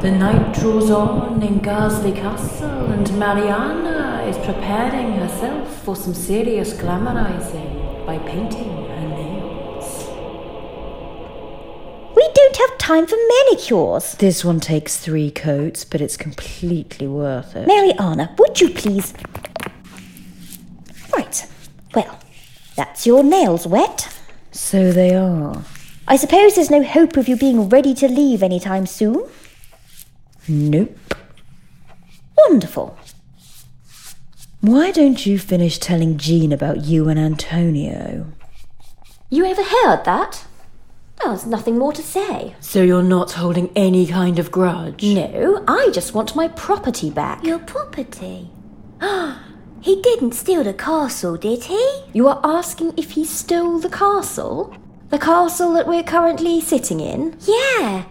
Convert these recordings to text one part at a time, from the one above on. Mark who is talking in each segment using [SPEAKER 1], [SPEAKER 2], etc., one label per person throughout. [SPEAKER 1] The night draws on in Garsley Castle, and Mariana is preparing herself for some serious glamorizing by painting her nails.
[SPEAKER 2] We don't have time for manicures.
[SPEAKER 3] This one takes three coats, but it's completely worth it.
[SPEAKER 2] Mariana, would you please? Right. Well, that's your nails wet.
[SPEAKER 3] So they are.
[SPEAKER 2] I suppose there's no hope of you being ready to leave any time soon.
[SPEAKER 3] Nope.
[SPEAKER 2] Wonderful.
[SPEAKER 3] Why don't you finish telling Jean about you and Antonio?
[SPEAKER 2] You overheard that? Oh, there's nothing more to say.
[SPEAKER 3] So you're not holding any kind of grudge?
[SPEAKER 2] No, I just want my property back.
[SPEAKER 4] Your property? he didn't steal the castle, did he?
[SPEAKER 2] You are asking if he stole the castle? The castle that we're currently sitting in?
[SPEAKER 4] Yeah.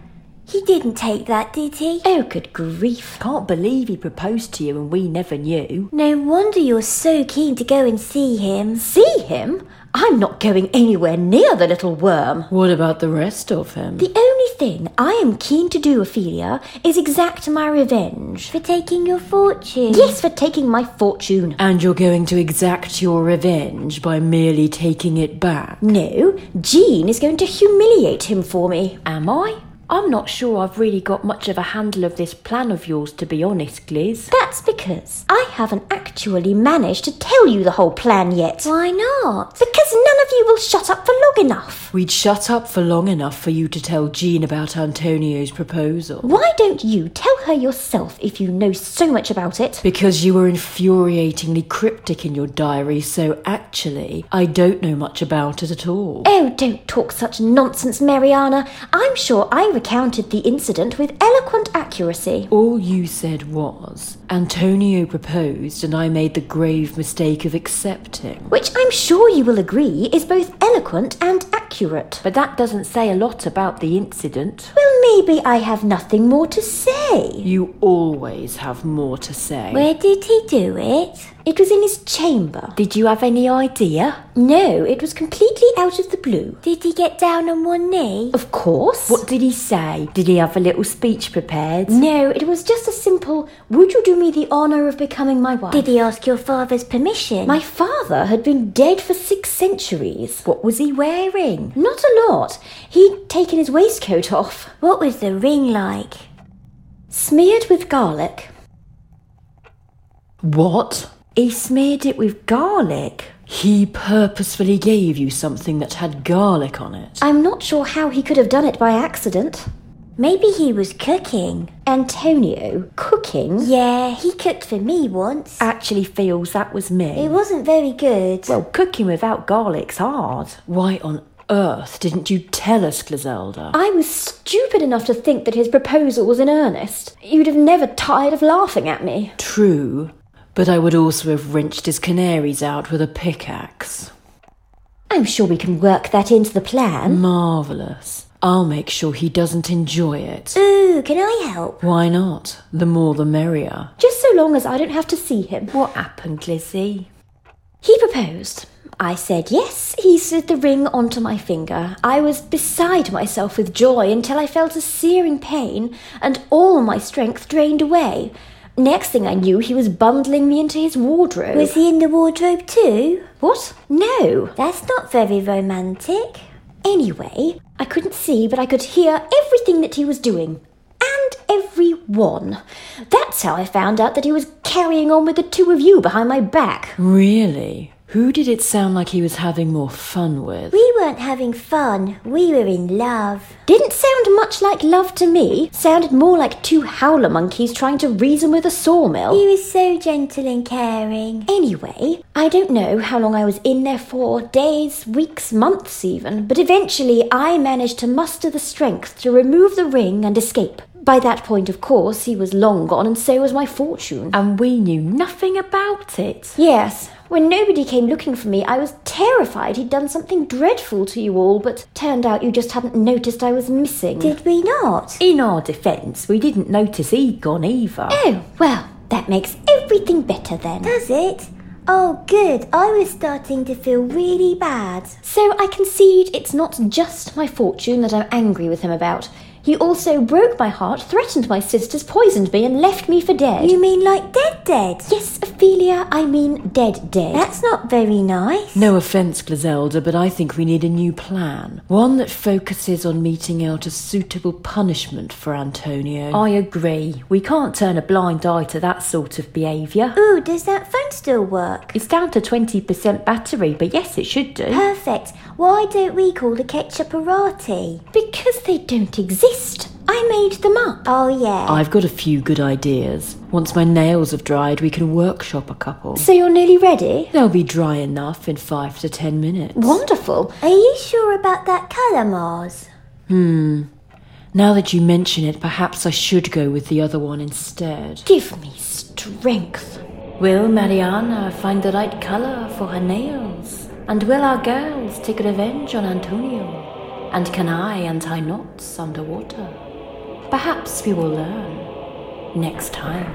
[SPEAKER 4] He didn't take that, did he?
[SPEAKER 2] Oh, good grief.
[SPEAKER 3] Can't believe he proposed to you and we never knew.
[SPEAKER 4] No wonder you're so keen to go and see him.
[SPEAKER 2] See him? I'm not going anywhere near the little worm.
[SPEAKER 3] What about the rest of him?
[SPEAKER 2] The only thing I am keen to do, Ophelia, is exact my revenge.
[SPEAKER 4] For taking your fortune.
[SPEAKER 2] Yes, for taking my fortune.
[SPEAKER 3] and you're going to exact your revenge by merely taking it back?
[SPEAKER 2] No, Jean is going to humiliate him for me.
[SPEAKER 1] Am I? I'm not sure I've really got much of a handle of this plan of yours, to be honest, Gliz.
[SPEAKER 2] That's because I haven't actually managed to tell you the whole plan yet.
[SPEAKER 4] Why not?
[SPEAKER 2] Because none of you will shut up for long enough.
[SPEAKER 3] We'd shut up for long enough for you to tell Jean about Antonio's proposal.
[SPEAKER 2] Why don't you tell her yourself if you know so much about it?
[SPEAKER 3] Because you were infuriatingly cryptic in your diary, so actually, I don't know much about it at all.
[SPEAKER 2] Oh, don't talk such nonsense, Mariana. I'm sure I recounted the incident with eloquent accuracy.
[SPEAKER 3] All you said was, Antonio proposed and I made the grave mistake of accepting.
[SPEAKER 2] Which I'm sure you will agree is both eloquent and accurate.
[SPEAKER 1] But that doesn't say a lot about the incident.
[SPEAKER 2] Well, maybe I have nothing more to say.
[SPEAKER 3] You always have more to say.
[SPEAKER 4] Where did he do it?
[SPEAKER 2] It was in his chamber.
[SPEAKER 1] Did you have any idea?
[SPEAKER 2] No, it was completely out of the blue.
[SPEAKER 4] Did he get down on one knee?
[SPEAKER 2] Of course.
[SPEAKER 1] What did he say? Did he have a little speech prepared?
[SPEAKER 2] No, it was just a simple, would you do me the honour of becoming my wife?
[SPEAKER 4] Did he ask your father's permission?
[SPEAKER 2] My father had been dead for six centuries.
[SPEAKER 1] What was he wearing?
[SPEAKER 2] Not a lot. He'd taken his waistcoat off,
[SPEAKER 4] what was the ring like?
[SPEAKER 2] smeared with garlic.
[SPEAKER 3] What?
[SPEAKER 1] He smeared it with garlic.
[SPEAKER 3] He purposefully gave you something that had garlic on it.
[SPEAKER 2] I'm not sure how he could have done it by accident.
[SPEAKER 4] Maybe he was cooking.
[SPEAKER 2] Antonio, cooking,
[SPEAKER 4] Yeah, he cooked for me once.
[SPEAKER 1] Actually feels that was me.
[SPEAKER 4] It wasn't very good.
[SPEAKER 1] Well, cooking without garlic's hard.
[SPEAKER 3] Why on earth didn't you tell us, Griselda?
[SPEAKER 2] I was stupid enough to think that his proposal was in earnest. You'd have never tired of laughing at me.
[SPEAKER 3] True, but I would also have wrenched his canaries out with a pickaxe.
[SPEAKER 2] I'm sure we can work that into the plan.
[SPEAKER 3] Marvellous. I'll make sure he doesn't enjoy
[SPEAKER 1] Mm.
[SPEAKER 3] it.
[SPEAKER 4] Ooh, can I help?
[SPEAKER 3] Why not? The more the merrier.
[SPEAKER 2] Just so long as I don't have to see him.
[SPEAKER 1] What happened, Lizzie?
[SPEAKER 2] He proposed. I said yes. He slid the ring onto my finger. I was beside myself with joy until I felt a searing pain and all my strength drained away. Next thing I knew, he was bundling me into his wardrobe.
[SPEAKER 4] Was he in the wardrobe too?
[SPEAKER 2] What? No.
[SPEAKER 4] That's not very romantic.
[SPEAKER 2] Anyway, I couldn't see, but I could hear everything that he was doing. And everyone. That's how I found out that he was carrying on with the two of you behind my back.
[SPEAKER 3] Really? Who did it sound like he was having more fun with?
[SPEAKER 4] We weren't having fun, we were in love.
[SPEAKER 2] Didn't sound much like love to me. Sounded more like two howler monkeys trying to reason with a sawmill.
[SPEAKER 4] He was so gentle and caring.
[SPEAKER 2] Anyway, I don't know how long I was in there for days, weeks, months even, but eventually I managed to muster the strength to remove the ring and escape. By that point, of course, he was long gone and so was my fortune.
[SPEAKER 1] And we knew nothing about it.
[SPEAKER 2] Yes, when nobody came looking for me, I was terrified he'd done something dreadful to you all, but turned out you just hadn't noticed I was missing.
[SPEAKER 4] Did we not?
[SPEAKER 1] In our defence, we didn't notice he'd gone either.
[SPEAKER 2] Oh, well, that makes everything better then.
[SPEAKER 4] Does it? Oh, good. I was starting to feel really bad.
[SPEAKER 2] So I concede it's not just my fortune that I'm angry with him about. He also broke my heart, threatened my sisters, poisoned me, and left me for dead.
[SPEAKER 4] You mean like dead dead?
[SPEAKER 2] Yes, Ophelia, I mean dead dead.
[SPEAKER 4] That's not very nice.
[SPEAKER 3] No offence, Griselda, but I think we need a new plan. One that focuses on meeting out a suitable punishment for Antonio.
[SPEAKER 2] I agree. We can't turn a blind eye to that sort of behaviour.
[SPEAKER 4] Ooh, does that phone still work?
[SPEAKER 2] It's down to 20% battery, but yes, it should do.
[SPEAKER 4] Perfect. Why don't we call the Ketchuparati?
[SPEAKER 2] Because they don't exist. I made them up.
[SPEAKER 4] Oh yeah.
[SPEAKER 3] I've got a few good ideas. Once my nails have dried, we can workshop a couple.
[SPEAKER 2] So you're nearly ready?
[SPEAKER 3] They'll be dry enough in five to ten minutes.
[SPEAKER 2] Wonderful.
[SPEAKER 4] Are you sure about that colour, Mars?
[SPEAKER 3] Now that you mention it, perhaps I should go with the other one instead.
[SPEAKER 2] Give me strength.
[SPEAKER 1] Will Mariana find the right colour for her nails? And will our girls take revenge on Antonio? And can I untie knots underwater? Perhaps we will learn next time.